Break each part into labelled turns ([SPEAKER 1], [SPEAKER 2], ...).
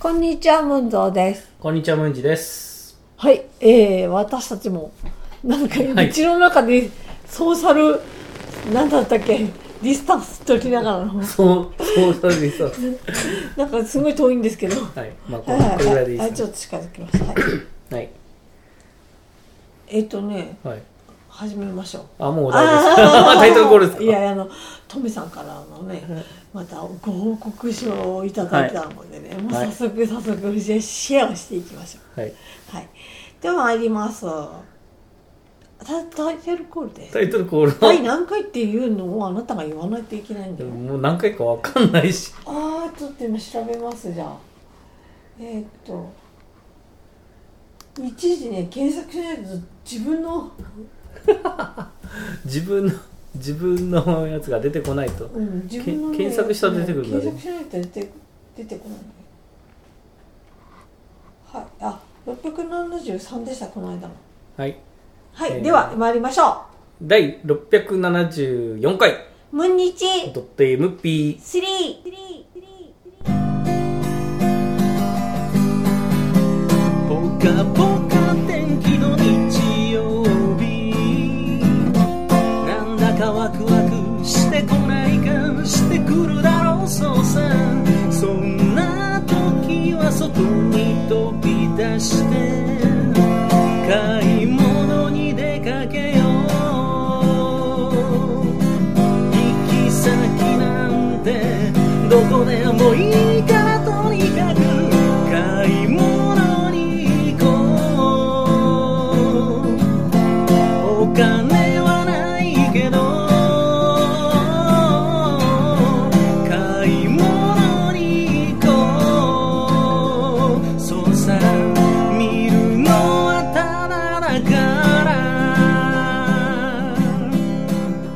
[SPEAKER 1] こんにちは、文蔵です。
[SPEAKER 2] こんにちは、ムンジです。
[SPEAKER 1] はい、えー、私たちも、なんか、
[SPEAKER 2] はいう
[SPEAKER 1] ちの中で、ソーシャル、なんだったっけ、ディスタンス取りながらの、
[SPEAKER 2] そう、そう、そうです。そうです
[SPEAKER 1] なんかすごい遠いんですけど。は
[SPEAKER 2] はい、まあ、
[SPEAKER 1] い
[SPEAKER 2] こ
[SPEAKER 1] は
[SPEAKER 2] れ
[SPEAKER 1] い
[SPEAKER 2] これぐらいでい
[SPEAKER 1] はいい、
[SPEAKER 2] で
[SPEAKER 1] はい、ちょ
[SPEAKER 2] すね
[SPEAKER 1] っと近づきました。はい、
[SPEAKER 2] はい、
[SPEAKER 1] えっ、とね、
[SPEAKER 2] はい。
[SPEAKER 1] 始めましょう。
[SPEAKER 2] あ、もうお題です。 タイトルコールですか。
[SPEAKER 1] いやあのトメさんからのねまたご報告書をいただいたのでね、もう
[SPEAKER 2] はい
[SPEAKER 1] 早速早速シェアをしていきましょ
[SPEAKER 2] はい。
[SPEAKER 1] うはいでは参りますタタイトルコールです
[SPEAKER 2] タイトルコール
[SPEAKER 1] 第何回っていうのをあなたが言わないといけないんだよ、
[SPEAKER 2] もう何回かわかんないし。
[SPEAKER 1] ああちょっと今調べますじゃあえーっと一時ね検索しないと自分の
[SPEAKER 2] 自分の、自分のやつが出てこないと。
[SPEAKER 1] うん、自分の、ね、
[SPEAKER 2] け検索したら出てくるんだね
[SPEAKER 1] 検索しないと出て出てこないねはいあ673でしたこの間の
[SPEAKER 2] はい。
[SPEAKER 1] はい、
[SPEAKER 2] えー
[SPEAKER 1] では参りましょ
[SPEAKER 2] 第674回、
[SPEAKER 1] う「ムンニチ
[SPEAKER 2] ドット MP。
[SPEAKER 1] 3」
[SPEAKER 3] ぽかぽか天気の日曜日なんだかワクワクしてこないかしてくるだろうそうさそんな時は外に飛び出して買い物に出かけよう行き先なんてどこでもいいからとにかく買い物に行こうお金はないけど買い物に行こうそうさ見るのはただだか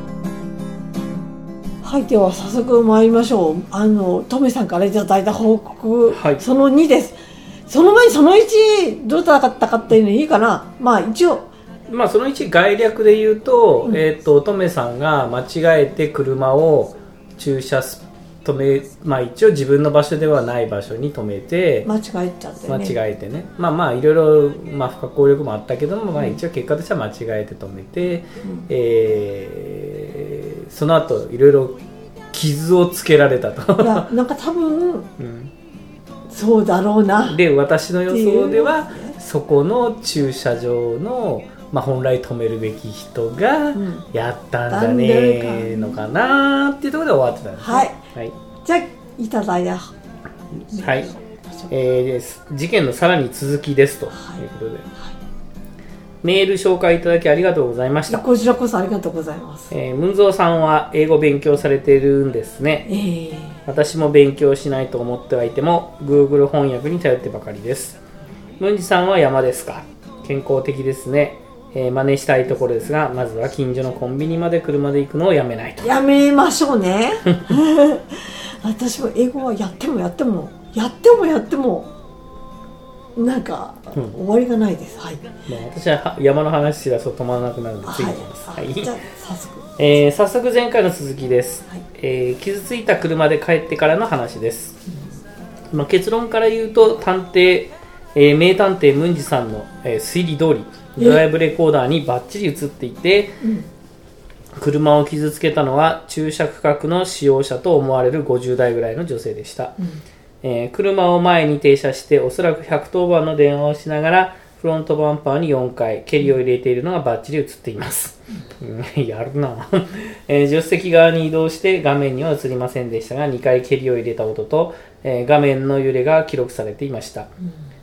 [SPEAKER 3] ら
[SPEAKER 1] はいでは早速参りましょうあのトメさんからいただいた報告、
[SPEAKER 2] はい
[SPEAKER 1] その2ですその前にその1どうだったかっていうのいいかなまあ一応
[SPEAKER 2] まあ、その1、概略で言うと、
[SPEAKER 1] うん
[SPEAKER 2] えっ、と、トメさんが間違えて車を駐車す、止め、まあ一応自分の場所ではない場所に止めて、
[SPEAKER 1] 間違えちゃってね
[SPEAKER 2] 間違えてねまあまあいろいろ、まあ、不可抗力もあったけども、まあ、一応結果としては間違えて止めて、
[SPEAKER 1] うん
[SPEAKER 2] えーその後いろいろ傷をつけられた
[SPEAKER 1] い
[SPEAKER 2] と、
[SPEAKER 1] やなんか多分
[SPEAKER 2] うん
[SPEAKER 1] そうだろうな
[SPEAKER 2] で私の予想では
[SPEAKER 1] っていうね
[SPEAKER 2] そこの駐車場の、まあ、本来止めるべき人が
[SPEAKER 1] うん
[SPEAKER 2] やったんじゃねえのかなっていうところで終わってたんですね
[SPEAKER 1] はい
[SPEAKER 2] はい
[SPEAKER 1] じゃあいただいた
[SPEAKER 2] はいえーです事件のさらに続きですということで、メール紹介いただきありがとうございました
[SPEAKER 1] こちらこそありがとうございます。
[SPEAKER 2] えー、文蔵さんは英語勉強されてるんですね
[SPEAKER 1] えー、
[SPEAKER 2] 私も勉強しないと思ってはいても Google 翻訳に頼ってばかりです文治さんは山ですか健康的ですね、えー、真似したいところですがまずは近所のコンビニまで車で行くのをやめないと
[SPEAKER 1] やめましょうね。 私も英語はやってもやっても、やってもやっても、なんか、
[SPEAKER 2] うん
[SPEAKER 1] 終わりがないです。はい。
[SPEAKER 2] もう私はは山の話しだそう止まらなくなるので次行きます、
[SPEAKER 1] は。
[SPEAKER 2] はいい
[SPEAKER 1] じゃあ、早速。
[SPEAKER 2] えー早速前回の続きです、
[SPEAKER 1] はい
[SPEAKER 2] えー傷ついた車で帰ってからの話です、まあ、結論から言うと探偵、えー名探偵ムンジさんの、えー推理通りドライブレコーダーにバッチリ映っていて
[SPEAKER 1] うん。
[SPEAKER 2] 車を傷つけたのは駐車区画の使用者と思われる50代ぐらいの女性でした、
[SPEAKER 1] うん。
[SPEAKER 2] えー車を前に停車しておそらく110番の電話をしながらフロントバンパーに4回蹴りを入れているのがバッチリ映っています、うん やるな、えー助手席側に移動して画面には映りませんでしたが2回蹴りを入れた音と、えー画面の揺れが記録されていました、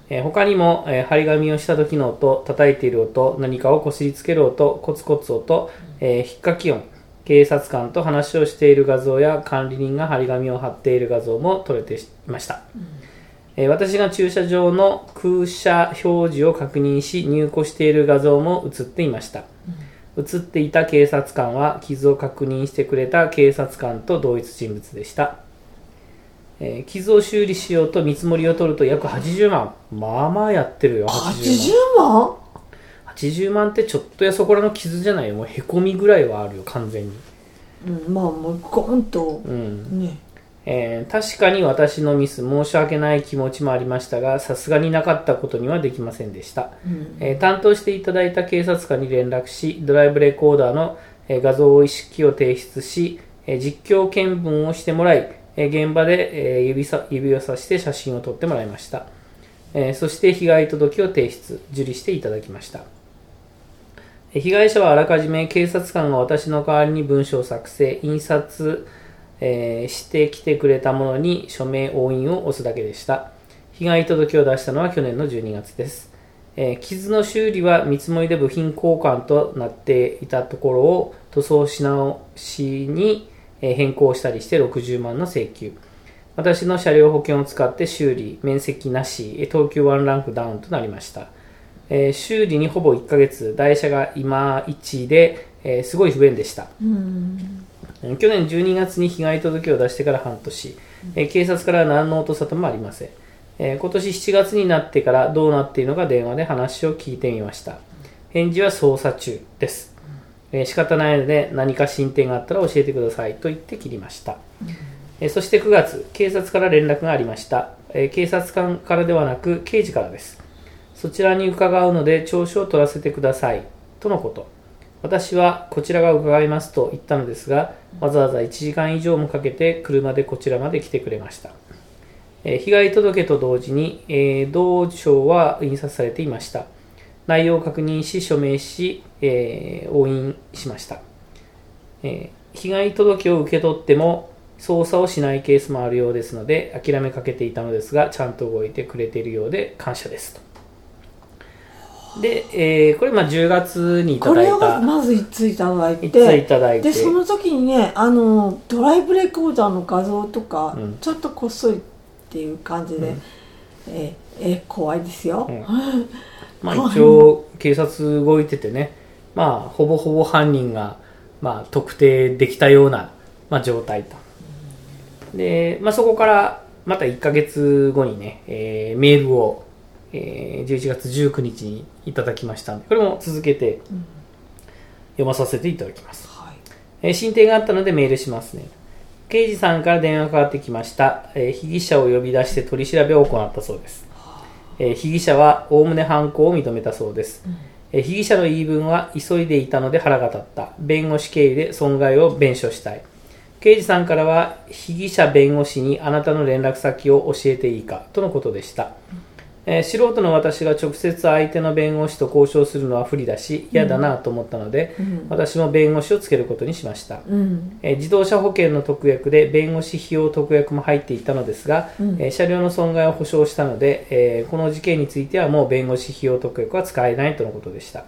[SPEAKER 2] えー他にも、えー張り紙をした時の音叩いている音何かをこすりつける音コツコツ音、えー引っかき音警察官と話をしている画像や管理人が張り紙を貼っている画像も撮れていました、えー私が駐車場の空車表示を確認し入庫している画像も映っていました、映っていた警察官は傷を確認してくれた警察官と同一人物でした、えー傷を修理しようと見積もりを取ると約80万まあまあやってるよ
[SPEAKER 1] 80
[SPEAKER 2] 80
[SPEAKER 1] 万
[SPEAKER 2] 万 ,80 万ってちょっとやそこらの傷じゃないよもうへこみぐらいはあるよ完全に
[SPEAKER 1] うん、まあ、もう、ゴンと、
[SPEAKER 2] うん
[SPEAKER 1] ね。
[SPEAKER 2] えー確かに私のミス申し訳ない気持ちもありましたがさすがになかったことにはできませんでした、えー担当していただいた警察官に連絡しドライブレコーダーの、えー画像を一式を提出し、えー実況見分をしてもらい、えー現場で、えー指さ指をさして写真を撮ってもらいました、えーそして被害届を提出受理していただきました被害者はあらかじめ警察官が私の代わりに文書を作成、印刷、えーしてきてくれたものに署名押印を押すだけでした。被害届を出したのは去年の12月です。えー傷の修理は見積もりで部品交換となっていたところを塗装し直しにえー変更したりして60万の請求。私の車両保険を使って修理、面積なし、えー等級ワンランクダウンとなりました。えー修理にほぼ1ヶ月、台車が今1で、えーすごい不便でした。えー去年12月に被害届を出してから半年、えー警察から何の音沙汰もありません、えー今年7月になってからどうなっているのか電話で話を聞いてみました返事は捜査中です、えー仕方ないので何か進展があったら教えてくださいと言って切りました、えーそして9月警察から連絡がありました、えー警察官からではなく刑事からですそちらに伺うので調書を取らせてくださいとのこと私はこちらが伺いますと言ったのですがわざわざ1時間以上もかけて車でこちらまで来てくれました、えー被害届と同時に、えー同書は印刷されていました内容を確認し署名し、えー押印しました、えー被害届を受け取っても捜査をしないケースもあるようですので諦めかけていたのですがちゃんと動いてくれているようで感謝ですとで、えーこれまあ10月にいた
[SPEAKER 1] こ
[SPEAKER 2] だい
[SPEAKER 1] れを
[SPEAKER 2] た
[SPEAKER 1] まず1ついただいて
[SPEAKER 2] いついただいて
[SPEAKER 1] でその時にねあのドライブレコーダーの画像とか、
[SPEAKER 2] うん
[SPEAKER 1] ちょっとこっそりっていう感じで、ええ怖いですよ、
[SPEAKER 2] うんまあ一応警察動いててね、まあほぼほぼ犯人が、まあ特定できたような、まあ状態と。で、まあそこからまた1ヶ月後にね、えーメールを、えー11月19日にいただきましたんで、これも続けて読まさせていただきます。
[SPEAKER 1] はい
[SPEAKER 2] えー進展があったのでメールしますね。刑事さんから電話がかかってきました。えー被疑者を呼び出して取り調べを行ったそうです。えー被疑者はおおむね犯行を認めたそうです。えー被疑者の言い分は急いでいたので腹が立った。弁護士経由で損害を弁償したい。刑事さんからは被疑者弁護士にあなたの連絡先を教えていいかとのことでした。えー素人の私が直接相手の弁護士と交渉するのは不利だし嫌だなと思ったので、私も弁護士をつけることにしました、
[SPEAKER 1] うん
[SPEAKER 2] えー自動車保険の特約で弁護士費用特約も入っていたのですが、えー車両の損害を保証したので、えーこの事件についてはもう弁護士費用特約は使えないとのことでした、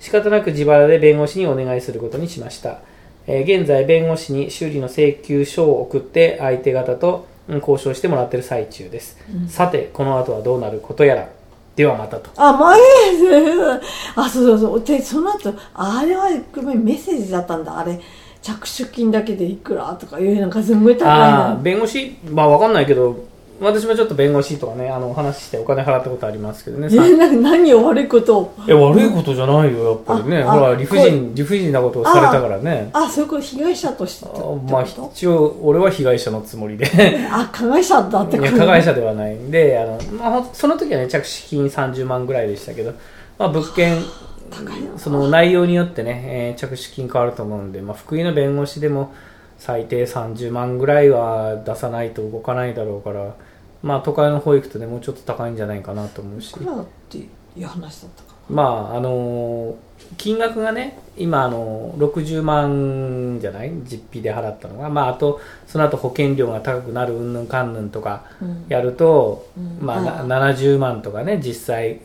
[SPEAKER 2] 仕方なく自腹で弁護士にお願いすることにしました、えー現在弁護士に修理の請求書を送って相手方とうん交渉してもらってる最中です、さてこの後はどうなることやらではまたと
[SPEAKER 1] あ、前 へあ、そうそうそう。で、その後、あれはごめんメッセージだったんだ。あれ、着手金だけでいくらとかいうなんかすごい高い
[SPEAKER 2] ああ
[SPEAKER 1] の。
[SPEAKER 2] 弁護士まあわかんないけど私もちょっと弁護士とかねあのお話ししてお金払ったことありますけどねさ
[SPEAKER 1] え、なんか何を悪いことを。
[SPEAKER 2] いや悪いことじゃないよやっぱりね
[SPEAKER 1] あ
[SPEAKER 2] ほら
[SPEAKER 1] あ
[SPEAKER 2] 理不尽理不尽なことをされたからね
[SPEAKER 1] あ、そういうこと、被害者としてって
[SPEAKER 2] あ
[SPEAKER 1] こ
[SPEAKER 2] まあ
[SPEAKER 1] と
[SPEAKER 2] 一応俺は被害者のつもり で
[SPEAKER 1] あ、加害者だっ
[SPEAKER 2] い
[SPEAKER 1] て
[SPEAKER 2] や加害者ではないんであの、まあほん、その時はね着手金30万ぐらいでしたけど、まあ、物件
[SPEAKER 1] 高いな
[SPEAKER 2] その内容によってね、えー着手金変わると思うんで、まあ、福井の弁護士でも最低30万ぐらいは出さないと動かないだろうから、まあ、都会の方行くとねもうちょっと高いんじゃないかなと思うし
[SPEAKER 1] いくらだっていう話だったか
[SPEAKER 2] まああのー金額がね今、あのー60万じゃない実費で払ったのが、まあ、あとその後保険料が高くなるうんぬんかんぬんとか
[SPEAKER 1] な。うん。
[SPEAKER 2] やると、まあ、
[SPEAKER 1] うん
[SPEAKER 2] な70万とかね実際、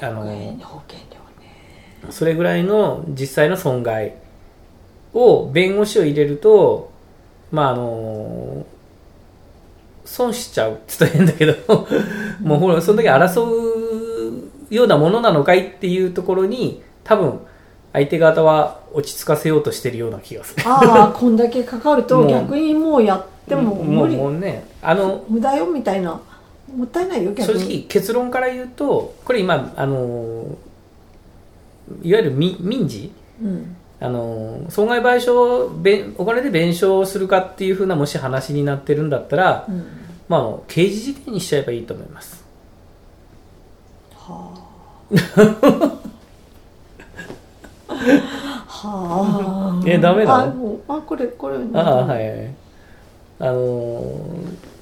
[SPEAKER 2] あの
[SPEAKER 1] 保険
[SPEAKER 2] ー
[SPEAKER 1] 保険料ね。
[SPEAKER 2] それぐらいの実際の損害を弁護士を入れると、まああの損しちゃうって言ったら変だけど、 もうほら、その時争うようなものなのかいっていうところに、多分、相手方は落ち着かせようとしてるような気がする。
[SPEAKER 1] ああ、こんだけかかる
[SPEAKER 2] も
[SPEAKER 1] と
[SPEAKER 2] う
[SPEAKER 1] 逆にもうやっても
[SPEAKER 2] も
[SPEAKER 1] 無
[SPEAKER 2] う
[SPEAKER 1] 理。
[SPEAKER 2] もうね、あの、
[SPEAKER 1] 無駄よみたいな。もったいないよ、逆
[SPEAKER 2] 正
[SPEAKER 1] に。
[SPEAKER 2] 直結論から言うと、これ今、あのいわゆる民民事
[SPEAKER 1] うん。
[SPEAKER 2] あの損害賠償弁お金で弁償するかっていうふうなもし話になってるんだったら、
[SPEAKER 1] うん
[SPEAKER 2] まああの、刑事事件にしちゃえばいいと思います
[SPEAKER 1] はあはあ
[SPEAKER 2] えダメなの
[SPEAKER 1] あもうあこれこれ
[SPEAKER 2] ああはいあのー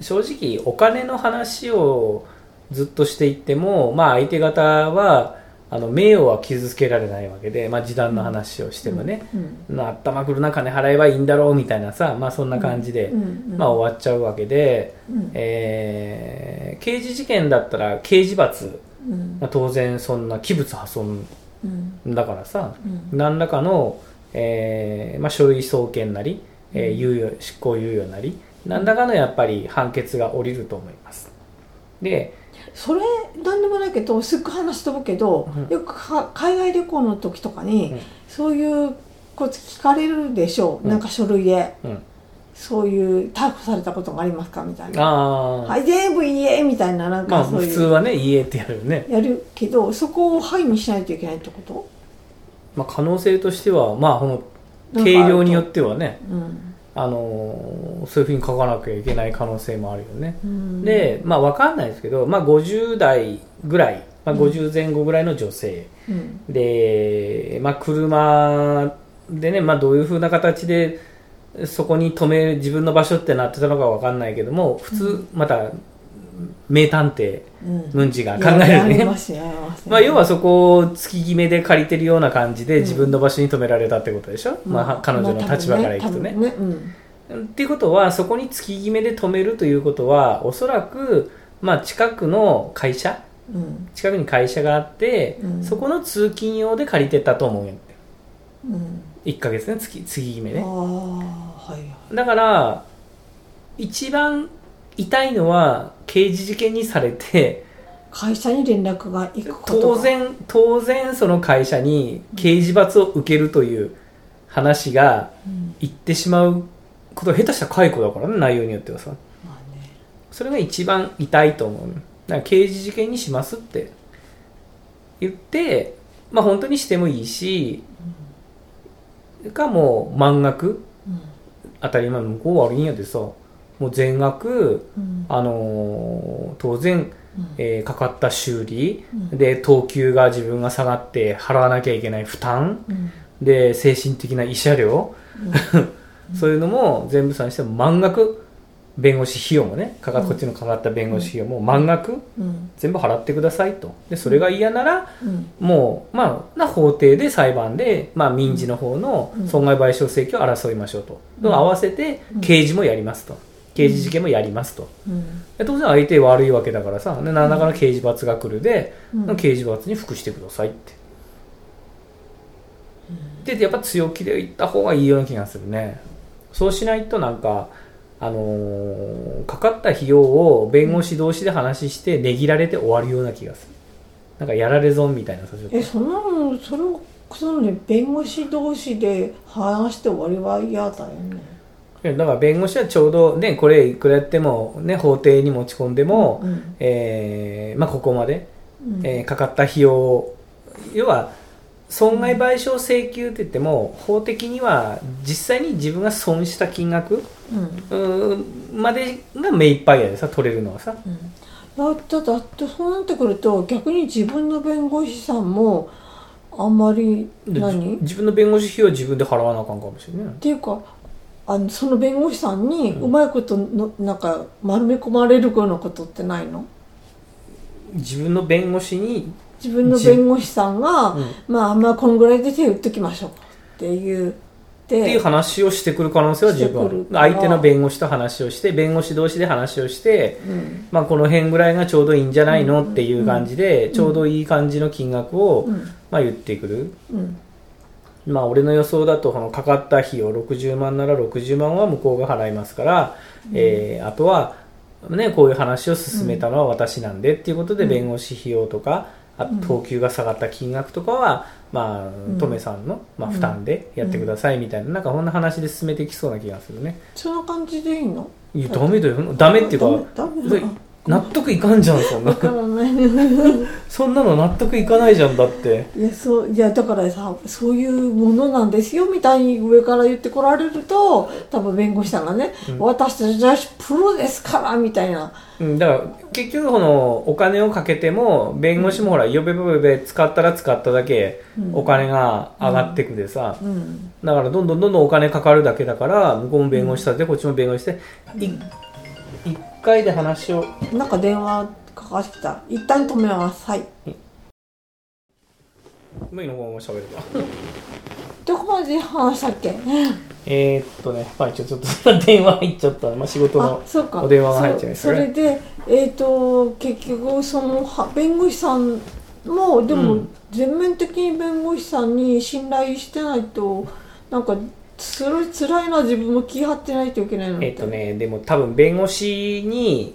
[SPEAKER 2] 正直お金の話をずっとしていっても、まあ、相手方はあの名誉は傷つけられないわけで、まあ、時短の話をしてもね、
[SPEAKER 1] うん
[SPEAKER 2] まあ頭くるな金払えばいいんだろうみたいなさ、まあ、そんな感じで、
[SPEAKER 1] うんうん
[SPEAKER 2] まあ、終わっちゃうわけで、
[SPEAKER 1] うん
[SPEAKER 2] えー刑事事件だったら刑事罰、
[SPEAKER 1] うん
[SPEAKER 2] まあ、当然そんな器物破損
[SPEAKER 1] うん
[SPEAKER 2] だからさ、
[SPEAKER 1] う
[SPEAKER 2] 何らかの、えーまあ、書類送検なり、えー猶予執行猶予なり何らかのやっぱり判決が下りると思いますで
[SPEAKER 1] それなんでもないけどすっごい話飛ぶけど、
[SPEAKER 2] うん
[SPEAKER 1] よくか海外旅行の時とかに、
[SPEAKER 2] うん
[SPEAKER 1] そういうこと聞かれるでしょう、
[SPEAKER 2] うん
[SPEAKER 1] なんか書類で
[SPEAKER 2] うん
[SPEAKER 1] そういう逮捕されたことがありますかみたいな「
[SPEAKER 2] ああ
[SPEAKER 1] はい全部言え」みたいななん
[SPEAKER 2] まあ
[SPEAKER 1] かそう
[SPEAKER 2] 普
[SPEAKER 1] い
[SPEAKER 2] 通
[SPEAKER 1] う、
[SPEAKER 2] はね家ってやるよね、
[SPEAKER 1] やるけどそこを範囲にしないといけないってこと
[SPEAKER 2] まあ、可能性としてはまあこ
[SPEAKER 1] な
[SPEAKER 2] の
[SPEAKER 1] んか
[SPEAKER 2] 軽
[SPEAKER 1] あると
[SPEAKER 2] 量によってはね
[SPEAKER 1] うん
[SPEAKER 2] あのーそういうふうに書かなきゃいけない可能性もあるよね、
[SPEAKER 1] うん
[SPEAKER 2] でまあわかんないですけど、まあ、50代ぐらい、まあ、50前後ぐらいの女性、
[SPEAKER 1] うん
[SPEAKER 2] で、まあ、車でね、まあ、どういうふうな形でそこに止める自分の場所ってなってたのかわかんないけども普通また名探偵
[SPEAKER 1] うん
[SPEAKER 2] ムンジが考え
[SPEAKER 1] や
[SPEAKER 2] る
[SPEAKER 1] り
[SPEAKER 2] ね
[SPEAKER 1] ま。すねやりますね
[SPEAKER 2] まあ、要はそこを月決めで借りてるような感じで自分の場所に止められたってことでしょ、
[SPEAKER 1] うん
[SPEAKER 2] まあ、彼女の立場からいくと
[SPEAKER 1] ま
[SPEAKER 2] ね
[SPEAKER 1] あ多分。ね多分ね
[SPEAKER 2] っていうことはそこに月決めで止めるということはおそらく、まあ、近くの会社
[SPEAKER 1] うんうん
[SPEAKER 2] 近くに会社があって、
[SPEAKER 1] うん
[SPEAKER 2] そこの通勤用で借りてたと思うよ
[SPEAKER 1] うん
[SPEAKER 2] 1ヶ月ね月月決め
[SPEAKER 1] あ
[SPEAKER 2] ね
[SPEAKER 1] あはいはい
[SPEAKER 2] だから一番痛いのは刑事事件にされて
[SPEAKER 1] 会社に連絡が行くことが
[SPEAKER 2] 当然当然その会社に刑事罰を受けるという話が
[SPEAKER 1] うん
[SPEAKER 2] 言ってしまうこと下手したら解雇だからね内容によってはさ
[SPEAKER 1] まあね
[SPEAKER 2] それが一番痛いと思うだから刑事事件にしますって言ってまあ本当にしてもいいしかもう満額
[SPEAKER 1] う
[SPEAKER 2] 当たり前向こう悪いんやでさもう全額、
[SPEAKER 1] んうん
[SPEAKER 2] あのー当然、
[SPEAKER 1] うん
[SPEAKER 2] えーかかった修理、
[SPEAKER 1] うん
[SPEAKER 2] で等級が自分が下がって払わなきゃいけない負担
[SPEAKER 1] うん
[SPEAKER 2] で精神的な慰謝料、 そういうのも全部算しても満額弁護士費用もねかかこっちのかかった弁護士費用も満額
[SPEAKER 1] うん
[SPEAKER 2] 全部払ってくださいとでそれが嫌なら、
[SPEAKER 1] うん
[SPEAKER 2] もう、まあ、な法廷で裁判で、まあ、民事の方の
[SPEAKER 1] うん
[SPEAKER 2] 損害賠償請求を争いましょうと、
[SPEAKER 1] うん
[SPEAKER 2] 合わせて
[SPEAKER 1] うん
[SPEAKER 2] 刑事もやりますと刑事事件もやりますと、
[SPEAKER 1] うん
[SPEAKER 2] で当然相手悪いわけだからさで何らかの刑事罰が来るで、
[SPEAKER 1] うん
[SPEAKER 2] 刑事罰に服してくださいって、でやっぱ強気で言った方がいいような気がするねそうしないとなんかあのーかかった費用を弁護士同士で話して値切られて終わるような気がするなんかやられ損みたいなさちょっと
[SPEAKER 1] えそんなのそれをそのね弁護士同士で話して終わりは嫌だよね
[SPEAKER 2] いやだから弁護士はちょうど、ね、これいくらやっても、ね、法廷に持ち込んでも、
[SPEAKER 1] うん
[SPEAKER 2] えーまあ、ここまで、
[SPEAKER 1] うん
[SPEAKER 2] えーかかった費用要は損害賠償請求って言っても法的には実際に自分が損した金額
[SPEAKER 1] うん
[SPEAKER 2] うーんまでが目いっぱいやでさ取れるのはさ
[SPEAKER 1] うんだだだってそうなってくると逆に自分の弁護士さんもあんまり
[SPEAKER 2] で
[SPEAKER 1] 何
[SPEAKER 2] じ自分の弁護士費用は自分で払わなあかんかもしれない
[SPEAKER 1] っ、ていうかあのその弁護士さんにうまいことの、なんか丸め込まれるようなことってないの
[SPEAKER 2] 自分の弁護士に
[SPEAKER 1] 自分の弁護士さんが、
[SPEAKER 2] うん
[SPEAKER 1] まあまあこんぐらいで手打っときましょうっていうで
[SPEAKER 2] っていう話をしてくる可能性は十分あ
[SPEAKER 1] して
[SPEAKER 2] る
[SPEAKER 1] くる
[SPEAKER 2] 相手の弁護士と話をして弁護士同士で話をして、
[SPEAKER 1] うん
[SPEAKER 2] まあ、この辺ぐらいがちょうどいいんじゃないのっていう感じで、ちょうどいい感じの金額を、
[SPEAKER 1] うん
[SPEAKER 2] まあ、言ってくる、
[SPEAKER 1] うん
[SPEAKER 2] まあ、俺の予想だとこのかかった費用60万なら60万は向こうが払いますから、えーあとは、ね、こういう話を進めたのは私なんでっていうことで弁護士費用とか、あと等級が下がった金額とかは、まあ、トメさんの、まあ、負担でやってくださいみたいな、なんかこんな話で進めていきそうな気がするね。
[SPEAKER 1] そんな感じでいいの
[SPEAKER 2] いや、ダメだよ。ダメっていうか、
[SPEAKER 1] ダメダメ
[SPEAKER 2] それ納得いかんじゃんそん な
[SPEAKER 1] わからない
[SPEAKER 2] そんなの納得いかないじゃんだって
[SPEAKER 1] いやそういやだからさそういうものなんですよみたいに上から言ってこられると多分弁護士さんがね、私たちプロですからみたいな
[SPEAKER 2] うんだから結局このお金をかけても弁護士もほら、よべべべべ使ったら使っただけ
[SPEAKER 1] うん
[SPEAKER 2] お金が上がってくでさ、
[SPEAKER 1] うん
[SPEAKER 2] だからどんどんどんどんお金かかるだけだから向こうも弁護士さんでこっちも弁護士でい一回で話を
[SPEAKER 1] なんか電話かかってきた一旦止めますはい
[SPEAKER 2] 無理の方も喋れ た
[SPEAKER 1] どこまで話したっけ
[SPEAKER 2] えーっとねまあ一応ちょっと 電話入っちゃった、まあ、仕事
[SPEAKER 1] あ
[SPEAKER 2] の
[SPEAKER 1] そうか
[SPEAKER 2] お電話が入っちゃいます
[SPEAKER 1] そ
[SPEAKER 2] ね
[SPEAKER 1] それでえっ、と結局そのは弁護士さんもで
[SPEAKER 2] う
[SPEAKER 1] も
[SPEAKER 2] ん
[SPEAKER 1] 全面的に弁護士さんに信頼してないとなんかそれ辛いな自分も気張ってないといけないの
[SPEAKER 2] えーっとねでも多分弁護士に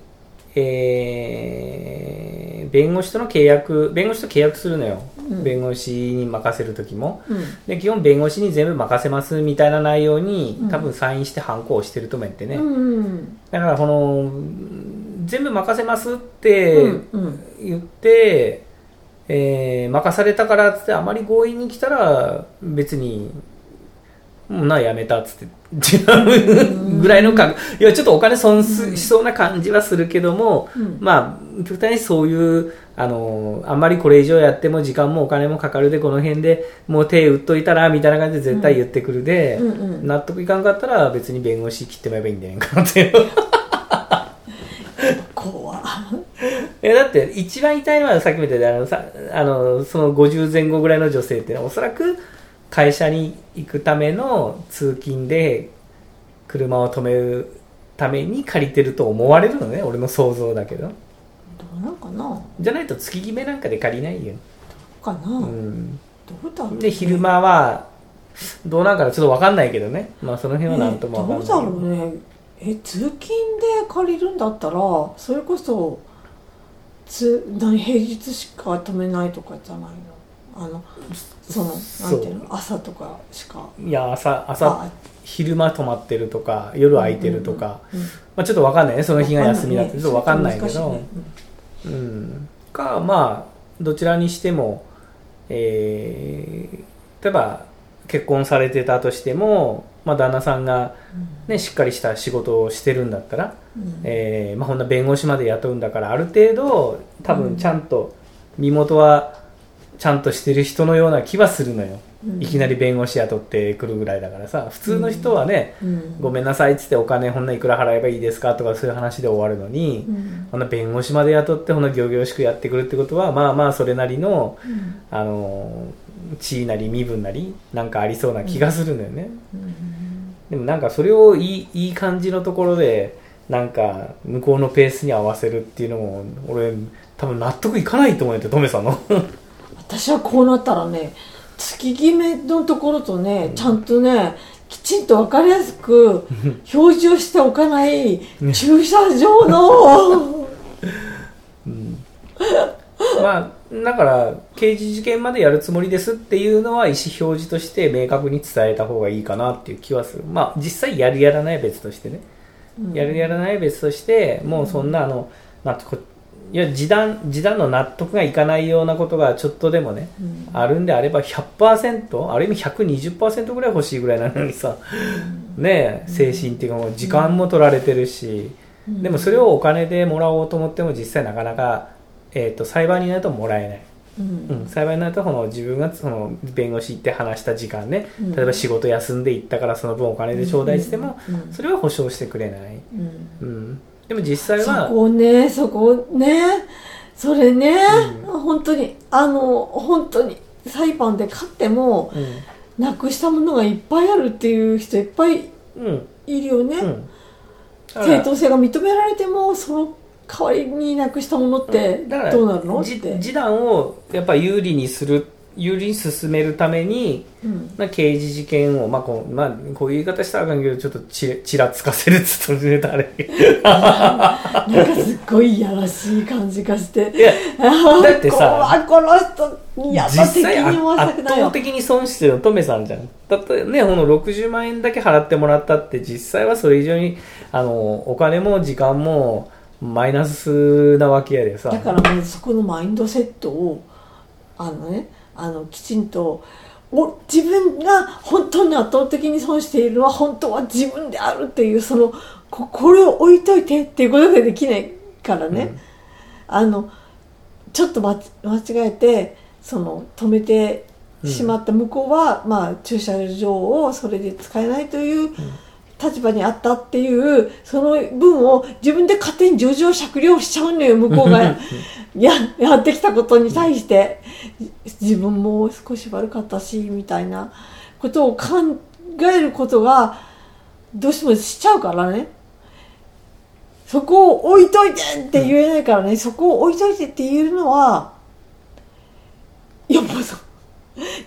[SPEAKER 2] えー弁護士との契約弁護士と契約するのよ、
[SPEAKER 1] うん
[SPEAKER 2] 弁護士に任せる時も
[SPEAKER 1] うん
[SPEAKER 2] で基本弁護士に全部任せますみたいな内容に
[SPEAKER 1] うん
[SPEAKER 2] 多分サインしてハンコをしてると思うんやってね、
[SPEAKER 1] うん
[SPEAKER 2] だからこのうん全部任せますって
[SPEAKER 1] うんうん
[SPEAKER 2] 言って、えー任されたからっつってあまり強引に来たら別にもうなやめたっつって 違うぐらいの感いやちょっとお金損失しそうな感じはするけども、
[SPEAKER 1] うん
[SPEAKER 2] まあ極端にそういうあのあんまりこれ以上やっても時間もお金もかかるでこの辺でもう手打っといたらみたいな感じで絶対言ってくるで、
[SPEAKER 1] うんうんうん
[SPEAKER 2] 納得いかんかったら別に弁護士切ってもらえばいいんじゃないかなっていう。
[SPEAKER 1] 怖
[SPEAKER 2] えだって一番痛いのはさっきみたいにあのさあのその50前後ぐらいの女性っておそらく会社に行くための通勤で車を止めるために借りてると思われるのね俺の想像だけど
[SPEAKER 1] どうなんかな
[SPEAKER 2] じゃないと月決めなんかで借りないよ、
[SPEAKER 1] かな、
[SPEAKER 2] う
[SPEAKER 1] ど
[SPEAKER 2] ん、
[SPEAKER 1] うだろう
[SPEAKER 2] で昼間はどうなんかなちょっと分かんないけどねまあその辺はなんとも
[SPEAKER 1] ね
[SPEAKER 2] 分
[SPEAKER 1] ど
[SPEAKER 2] か
[SPEAKER 1] うだ
[SPEAKER 2] ん
[SPEAKER 1] ろ
[SPEAKER 2] ないけど、
[SPEAKER 1] うねえ通勤で借りるんだったらそれこそつ何平日しか止めないとかじゃないのあのその
[SPEAKER 2] そう
[SPEAKER 1] なんていうの朝とかしか
[SPEAKER 2] いや朝朝
[SPEAKER 1] あ
[SPEAKER 2] 昼間泊まってるとか夜空いてるとか、
[SPEAKER 1] うん
[SPEAKER 2] まあ、ちょっと分かんないねその日が休みだってちょっと分かんないけ
[SPEAKER 1] そ
[SPEAKER 2] ど、
[SPEAKER 1] う難しいね
[SPEAKER 2] うん、かまあどちらにしても、えー例えば結婚されてたとしても、まあ、旦那さんが、ね、しっかりした仕事をしてるんだったら、
[SPEAKER 1] うんうん
[SPEAKER 2] えーまあ、ほんな弁護士まで雇うんだからある程度多分ちゃんと身元はちゃんとしてる人のような気はするのよ、
[SPEAKER 1] うん
[SPEAKER 2] いきなり弁護士雇ってくるぐらいだからさ普通の人はね、
[SPEAKER 1] うん
[SPEAKER 2] ごめんなさいっつってお金ほんないくら払えばいいですかとかそういう話で終わるのに、
[SPEAKER 1] うん
[SPEAKER 2] ほんな弁護士まで雇ってほんな仰々しくやってくるってことはまあまあそれなりの、
[SPEAKER 1] うん
[SPEAKER 2] あのー地位なり身分なりなんかありそうな気がするのよね、
[SPEAKER 1] うん
[SPEAKER 2] でもなんかそれをいいいい感じのところでなんか向こうのペースに合わせるっていうのも俺多分納得いかないと思うんやってトメさんの
[SPEAKER 1] 私はこうなったらね月決めのところとねちゃんとねきちんと分かりやす く表示をしておかない駐車場の
[SPEAKER 2] まあだから刑事事件までやるつもりですっていうのは意思表示として明確に伝えた方がいいかなっていう気はするまあ実際やるやらないは別としてね やるやらないは別として、もうそんなあの、まあ、こいや示談示談の納得がいかないようなことがちょっとでもね、
[SPEAKER 1] うん
[SPEAKER 2] あるんであれば100%ある意味120%ぐらい欲しいぐらいなのにさ、ねえ精神っていうかもう時間も取られてるし、
[SPEAKER 1] うん
[SPEAKER 2] でもそれをお金でもらおうと思っても実際なかなか、えー、と裁判になるともらえない。
[SPEAKER 1] うん
[SPEAKER 2] うん、幸いなとこの自分がその弁護士行って話した時間ね、
[SPEAKER 1] うん
[SPEAKER 2] 例えば仕事休んで行ったからその分お金で頂戴しても、
[SPEAKER 1] うんうん
[SPEAKER 2] それは保証してくれない、
[SPEAKER 1] うん
[SPEAKER 2] うん、でも実際
[SPEAKER 1] そ
[SPEAKER 2] は
[SPEAKER 1] こねそこねそれね、本当にあの本当に裁判で勝っても
[SPEAKER 2] う
[SPEAKER 1] なくしたものがいっぱいあるっていう人いっぱい
[SPEAKER 2] んうん
[SPEAKER 1] いるよね、
[SPEAKER 2] うんだから
[SPEAKER 1] 正当性が認められてもその代わりになくしたものって
[SPEAKER 2] だから
[SPEAKER 1] どうなるのっ
[SPEAKER 2] じ
[SPEAKER 1] て、
[SPEAKER 2] 示談をやっぱ有利にする有利に進めるために
[SPEAKER 1] うん
[SPEAKER 2] まあ刑事事件を、まあこうまあ、こういう言い方したらあかんけどちょっとちちらつかせるっつったら誰
[SPEAKER 1] なんかすっごいいやらしい感じがして
[SPEAKER 2] いやだ
[SPEAKER 1] だ
[SPEAKER 2] ってさ
[SPEAKER 1] この人やだ
[SPEAKER 2] 実
[SPEAKER 1] 敵
[SPEAKER 2] 際
[SPEAKER 1] に
[SPEAKER 2] あ
[SPEAKER 1] 回した
[SPEAKER 2] 圧
[SPEAKER 1] くない
[SPEAKER 2] 倒
[SPEAKER 1] わ
[SPEAKER 2] 的に損してるのトメさんじゃんだってねこの60万円だけ払ってもらったって実際はそれ以上にあのお金も時間もマイナスなわけやでさ
[SPEAKER 1] だからもうそこのマインドセットをあのねあのきちんとお自分が本当に圧倒的に損しているのは本当は自分であるっていうそのここれを置いといてっていうことができないからね、
[SPEAKER 2] うん
[SPEAKER 1] あのちょっとまち間違えてその止めてしまった向こうは、まあ、駐車場をそれで使えないという立場にあったっていうその分を自分で勝手に情状酌量しちゃうのよ向こう がや やってきたことに対して自分も少し悪かったしみたいなことを考えることがどうしてもしちゃうからね。そこを置いといてって言えないからね、そこを置いといてって言えるのは、いや、もうそう。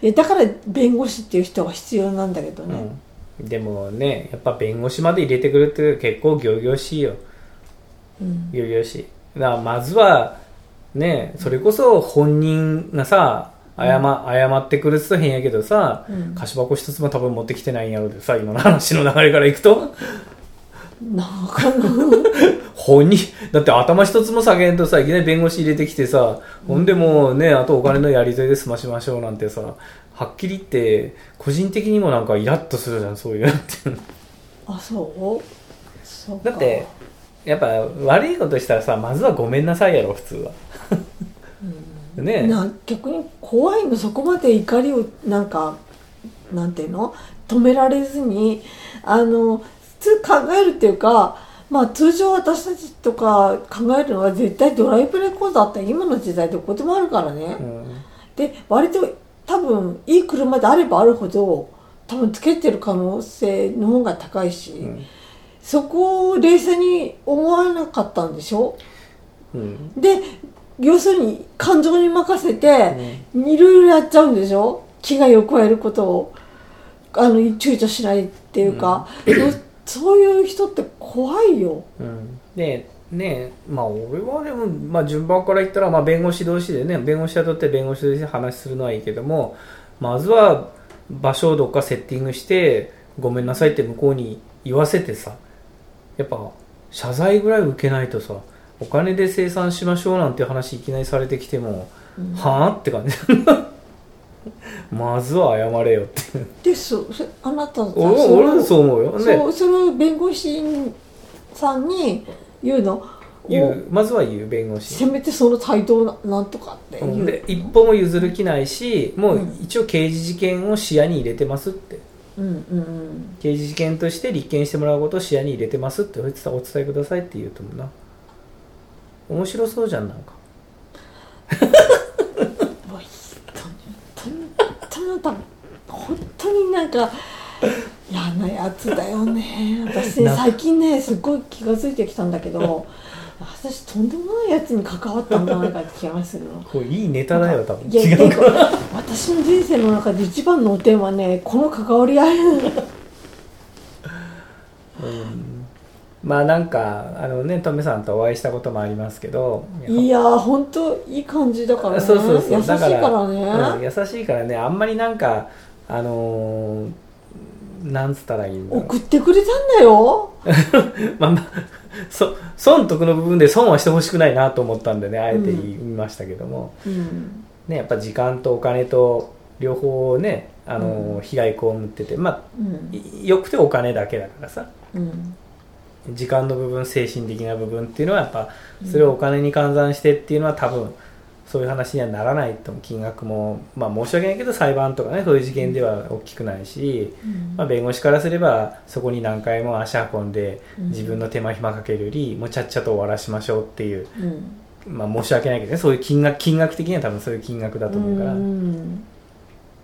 [SPEAKER 1] いやだから弁護士っていう人が必要なんだけどね、
[SPEAKER 2] うんでもねやっぱ弁護士まで入れてくるって結構仰々しいよ
[SPEAKER 1] うん
[SPEAKER 2] 仰々しいだからまずはねそれこそ本人がさ謝,、謝ってくるっつと変やけどさ、
[SPEAKER 1] うん
[SPEAKER 2] 菓子箱一つも多分持ってきてないんやろうでさ今の話の流れからいくと
[SPEAKER 1] なんか の
[SPEAKER 2] 本人だって頭一つも下げんとさいきなり弁護士入れてきてさほんでもうねあとお金のやり取りで済ましましょうなんてさはっきり言って個人的にもなんかイラッとするじゃんそういうのって
[SPEAKER 1] あそうそうか
[SPEAKER 2] だってやっぱ悪いことしたらさまずはごめんなさいやろ普通はねえ
[SPEAKER 1] な逆に怖いのそこまで怒りをなんかなんていうの止められずにあの普通考えるっていうかまあ通常私たちとか考えるのは絶対ドライブレコーダーって今の時代どこでもあるからね、
[SPEAKER 2] うん
[SPEAKER 1] で割と多分いい車であればあるほど多分つけてる可能性の方が高いし、
[SPEAKER 2] ん
[SPEAKER 1] そこを冷静に思わなかったんでしょ
[SPEAKER 2] うん
[SPEAKER 1] で要するに感情に任せていろいろやっちゃうんでしょ気がよくやることをあの躊躇しないっていうか、そそういう人って怖いよ。
[SPEAKER 2] うんでねえまあ俺はでも、まあ、順番から言ったら、まあ、弁護士同士でね弁護士雇って弁護士同士で話するのはいいけどもまずは場所をどっかセッティングしてごめんなさいって向こうに言わせてさやっぱ謝罪ぐらい受けないとさお金で生産しましょうなんて話いきなりされてきても、はあって感じ まずは謝れよって
[SPEAKER 1] でそそあなたさ
[SPEAKER 2] 俺は
[SPEAKER 1] それを
[SPEAKER 2] 俺はそう思うよ、ね、
[SPEAKER 1] そうそれを弁護士さんに言うの
[SPEAKER 2] 言
[SPEAKER 1] を
[SPEAKER 2] うまずは言う弁護士
[SPEAKER 1] せめてその態度をななんとかって言う、
[SPEAKER 2] で一歩も譲る気ないしもう一応刑事事件を視野に入れてますって
[SPEAKER 1] うんうんうん
[SPEAKER 2] 刑事事件として立件してもらうことを視野に入れてますってお伝えくださいって言うと思うな面白そうじゃんなんか
[SPEAKER 1] もう本当に本当に本当になんか嫌なやつだよ ね私ね
[SPEAKER 2] な
[SPEAKER 1] 最近ねすごい気が付いてきたんだけど私とんでもないやつに関わったんじゃないかって気がするの
[SPEAKER 2] これいいネタだよ多分
[SPEAKER 1] いや
[SPEAKER 2] 違うか
[SPEAKER 1] で私の人生の中で一番のお点はねこの関わり合い
[SPEAKER 2] まあなんかあのねトメさんとお会いしたこともありますけど
[SPEAKER 1] いやー本当いい感じだからね
[SPEAKER 2] そうそうそう
[SPEAKER 1] 優しいか
[SPEAKER 2] だ
[SPEAKER 1] ら
[SPEAKER 2] うん
[SPEAKER 1] ね、
[SPEAKER 2] 優しいからねあんまりなんかあのーなんつったらいいんだろう
[SPEAKER 1] 送ってくれたんだよ
[SPEAKER 2] まあまあ、そ損得の部分で損はしてほしくないなと思ったんでねあえて言いましたけども、
[SPEAKER 1] うん
[SPEAKER 2] ね、やっぱ時間とお金と両方ねあの、被害被っててま
[SPEAKER 1] うん
[SPEAKER 2] あいよくてお金だけだからさ
[SPEAKER 1] うん
[SPEAKER 2] 時間の部分精神的な部分っていうのはやっぱそれをお金に換算してっていうのは多分そういう話にはならないと思う金額も、まあ、申し訳ないけど裁判とかねそういう事件では大きくないし、
[SPEAKER 1] うん
[SPEAKER 2] まあ、弁護士からすればそこに何回も足運んで
[SPEAKER 1] うん
[SPEAKER 2] 自分の手間暇かけるよりもうちゃっちゃと終わらしましょうっていう、
[SPEAKER 1] うん
[SPEAKER 2] まあ、申し訳ないけどねそういう金額金額的には多分そういう金額だと思うから、
[SPEAKER 1] うん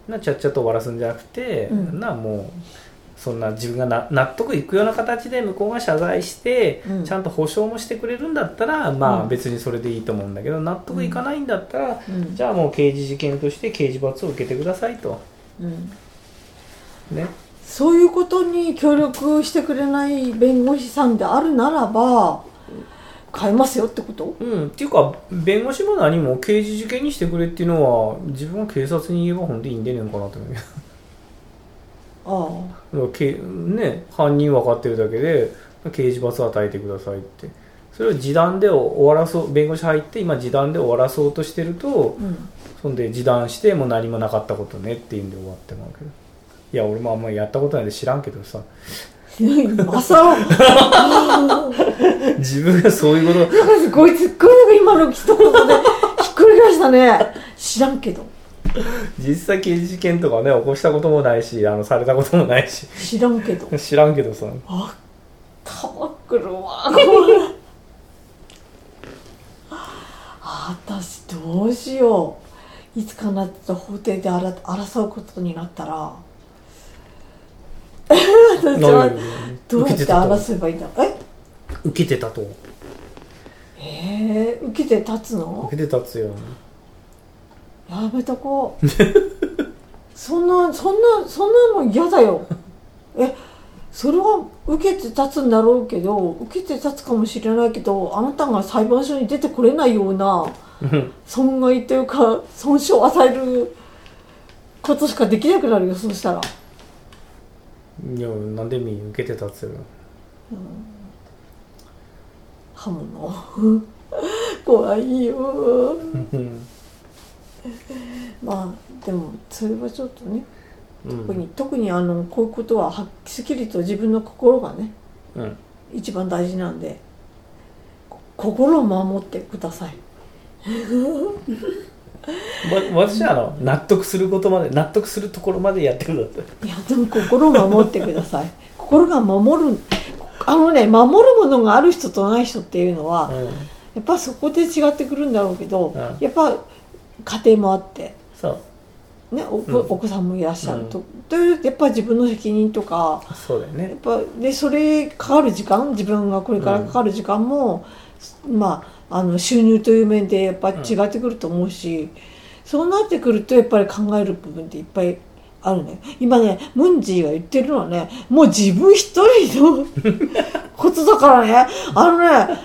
[SPEAKER 2] なちゃっちゃと終わらすんじゃなくて、
[SPEAKER 1] うん
[SPEAKER 2] なもうそんな自分がな納得いくような形で向こうが謝罪して、
[SPEAKER 1] うん
[SPEAKER 2] ちゃんと保証もしてくれるんだったらま
[SPEAKER 1] う
[SPEAKER 2] あ
[SPEAKER 1] ん
[SPEAKER 2] 別にそれでいいと思うんだけど納得いかないんだったら、
[SPEAKER 1] うん
[SPEAKER 2] じゃあもう刑事事件として刑事罰を受けてくださいと。
[SPEAKER 1] うん
[SPEAKER 2] ね、
[SPEAKER 1] そういうことに協力してくれない弁護士さんであるならば買いますよってこと
[SPEAKER 2] うん、っていうか弁護士も何も刑事事件にしてくれっていうのは自分は警察に言えば本当にいいんでねえのかなと思うけ
[SPEAKER 1] あ
[SPEAKER 2] どだからけね犯人分かってるだけで刑事罰を与えてくださいってそれを示談で終わらそう弁護士入って今示談で終わらそうとしてると、
[SPEAKER 1] うん
[SPEAKER 2] そんで示談してもう何もなかったことねっていうんで終わってまうけどいや俺もあんまりやったことないんで知らんけどさ
[SPEAKER 1] 今更
[SPEAKER 2] 自分がそういうこと
[SPEAKER 1] なんかすごいすっごいなんか今の一言でひっくり返したね知らんけど
[SPEAKER 2] 実際刑事事件とかね起こしたこともないしあのされたこともないし
[SPEAKER 1] 知らんけど
[SPEAKER 2] 知らんけどさ
[SPEAKER 1] あたまくるわこれあ私どうしよういつかなってた法廷であら争うことになったら私はどうやって争えばいいんだろう
[SPEAKER 2] 受けてたと
[SPEAKER 1] ええー、受けて立つの
[SPEAKER 2] 受けてたっつよ
[SPEAKER 1] やめとこうそんなそんなそんなの嫌だよえそれは受けて立つんだろうけど受けて立つかもしれないけどあなたが裁判所に出てこれないような
[SPEAKER 2] うん
[SPEAKER 1] 損害というか損傷を与えることしかできなくなるよそうしたら
[SPEAKER 2] いやなんでみん受けてたっつよ
[SPEAKER 1] 刃物怖いよ
[SPEAKER 2] うん
[SPEAKER 1] まあでもそれはちょっとね
[SPEAKER 2] う
[SPEAKER 1] 特
[SPEAKER 2] ん
[SPEAKER 1] に特にあのこういうことははっきりと自分の心がね
[SPEAKER 2] うん
[SPEAKER 1] 一番大事なんでこ心を守ってください
[SPEAKER 2] わ私はあの納得することまで納得するところまでやってください
[SPEAKER 1] いやでも心を守ってくだ さい心が守るあのね守るものがある人とない人っていうのは、
[SPEAKER 2] うん、
[SPEAKER 1] やっぱそこで違ってくるんだろうけど、
[SPEAKER 2] うん
[SPEAKER 1] やっぱ家庭もあって、
[SPEAKER 2] そ
[SPEAKER 1] ね、お
[SPEAKER 2] うん
[SPEAKER 1] お子さんもいらっしゃると、
[SPEAKER 2] う
[SPEAKER 1] というやっぱ自分の責任とか
[SPEAKER 2] うそうだよ
[SPEAKER 1] や
[SPEAKER 2] ね
[SPEAKER 1] っぱでそれかかる時間自分がこれからかかる時間も、まああの収入という面でやっぱ違ってくると思うし、そうなってくるとやっぱり考える部分っていっぱいあるね今ねムンジーが言ってるのはねもう自分一人のことだからねあのね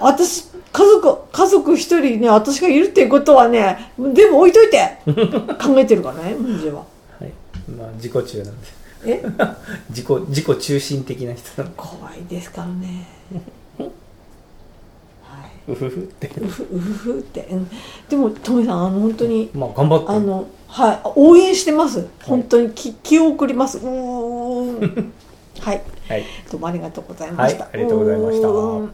[SPEAKER 1] 私家族家族一人ね私がいるっていうことはねでも置いといて考えてるからねムンジーは。
[SPEAKER 2] はいまあ自己中なんで
[SPEAKER 1] え
[SPEAKER 2] 自己自己中心的な人なんで
[SPEAKER 1] 怖いですからね。は
[SPEAKER 2] うふふって
[SPEAKER 1] い、うふうふふって、うん、でもトミさんあの本当に
[SPEAKER 2] まあ頑張って
[SPEAKER 1] あのはい応援してます本当に気気を送りますうーんはい
[SPEAKER 2] はい
[SPEAKER 1] どうもありがとうございました、
[SPEAKER 2] はいありがとうございました
[SPEAKER 1] うーん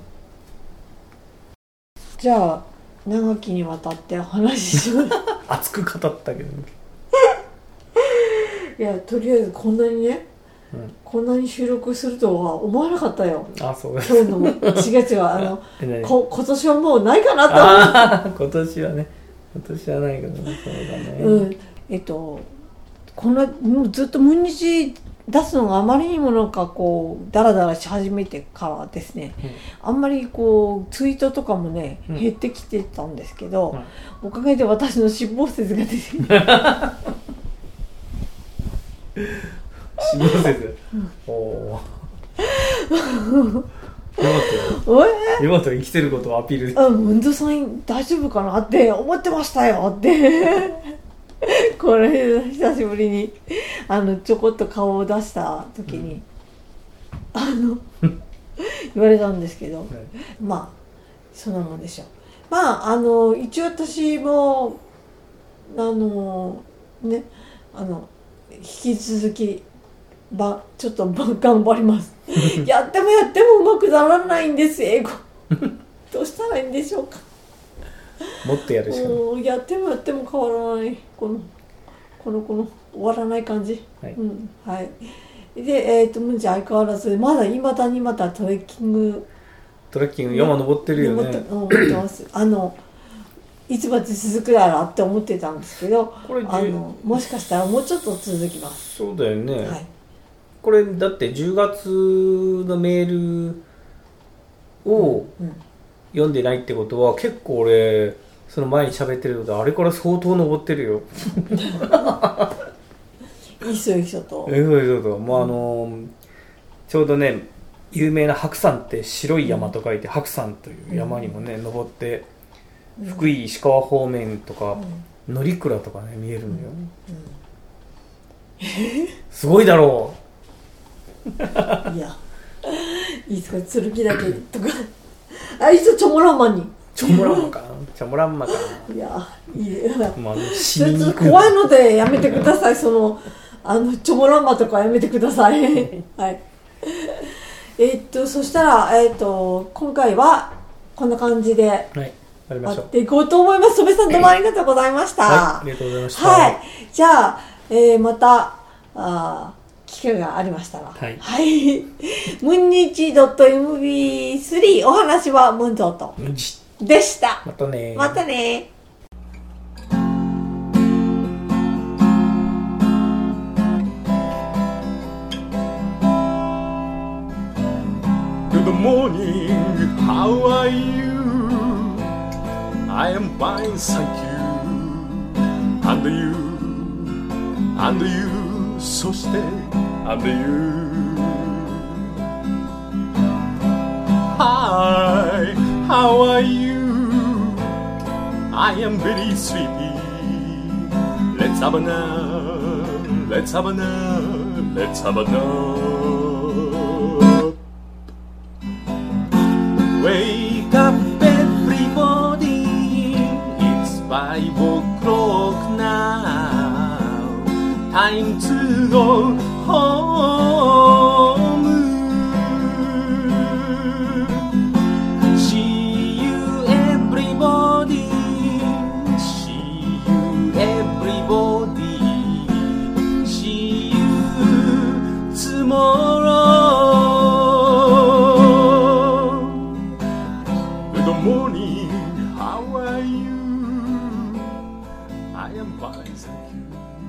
[SPEAKER 1] じゃあ長きにわたってお話しします
[SPEAKER 2] 熱く語ったけど
[SPEAKER 1] いやとりあえずこんなにね、
[SPEAKER 2] うん
[SPEAKER 1] こんなに収録するとは思わなかったよ
[SPEAKER 2] あ そうです
[SPEAKER 1] 今日のも違う違うあ の
[SPEAKER 2] ね
[SPEAKER 1] こ今年はもうないかなと思って
[SPEAKER 2] ああ今年はね今年はないけどねそうだね、
[SPEAKER 1] うん、えっとこのもうずっと毎日出すのがあまりにもなんかこうダラダラし始めてからですね、あんまりこうツイートとかもね
[SPEAKER 2] うん
[SPEAKER 1] 減ってきてたんですけど、おかげで私の死亡説が出てき て
[SPEAKER 2] 死亡説おおーよかったよ
[SPEAKER 1] おえ
[SPEAKER 2] よかった生きてることをアピールでき
[SPEAKER 1] あ文蔵さん大丈夫かなって思ってましたよって これ久しぶりにあのちょこっと顔を出した時に、あの言われたんですけど、
[SPEAKER 2] たね
[SPEAKER 1] まあそんなもんでしょうまああの一応私もあのねあの引き続きばちょっとば頑張ります やってもやってもうまくならないんです英語どうしたらいいんでしょうか
[SPEAKER 2] もっとやるしかない
[SPEAKER 1] もうやってもやっても変わらないこのこのこの終わらない感じ
[SPEAKER 2] はい
[SPEAKER 1] うんはいでえっ、ともうじゃあ相変わらずまだいまだにまだトレッキング
[SPEAKER 2] トラッキング山登ってるよ
[SPEAKER 1] 思って
[SPEAKER 2] ね
[SPEAKER 1] 思ってますあのいつまで続くだろうって思ってたんですけど
[SPEAKER 2] これ
[SPEAKER 1] あのもしかしたらもうちょっと続きます、
[SPEAKER 2] そうだよね、
[SPEAKER 1] はい、
[SPEAKER 2] これだって10月のメールを
[SPEAKER 1] うん、
[SPEAKER 2] 読んでないってことは結構俺その前に喋ってることあれから相当登ってるよ
[SPEAKER 1] いい人いい人と
[SPEAKER 2] えそうそうそうもうあのーちょうどね有名な白山って白い山と書いて白山という山にもね、登って福井石川方面とか乗鞍とかね見えるのよ、 すごいだろ
[SPEAKER 1] いやいいですか剣だけとかあいつチョモランマン
[SPEAKER 2] チョモラン マかチョモランマか
[SPEAKER 1] にいやいいや
[SPEAKER 2] まあ死
[SPEAKER 1] ち
[SPEAKER 2] に
[SPEAKER 1] ょ
[SPEAKER 2] に
[SPEAKER 1] っと
[SPEAKER 2] くい
[SPEAKER 1] 怖いのでやめてくださいそのあのチョモランマとかやめてください はいえーっとそしたらえーっと今回はこんな感じで
[SPEAKER 2] はいやり
[SPEAKER 1] 終
[SPEAKER 2] ま
[SPEAKER 1] わ
[SPEAKER 2] しょう
[SPEAKER 1] っていこうと思います戸部さんどうもありがとうございました、
[SPEAKER 2] はいありがとうございました
[SPEAKER 1] はいじゃあ、えーまたあー機会がありましたら
[SPEAKER 2] はい
[SPEAKER 1] はい、 ムンニチ .mb3 お話はムンゾーと
[SPEAKER 2] うんち
[SPEAKER 1] でした
[SPEAKER 2] またね
[SPEAKER 1] またね
[SPEAKER 4] 「Good morning, how are you? I am fine, thank you. And you, and you, そして and you. Hi, how are you? I am very sleepy. Let's have a nap. Let's have a nap. Let's have a nap. Wake up everybody, it's five o'clock now. Time to go home. See you everybody, see you everybody, see you tomorrow. Good morning, how are you? I am fine, thank you.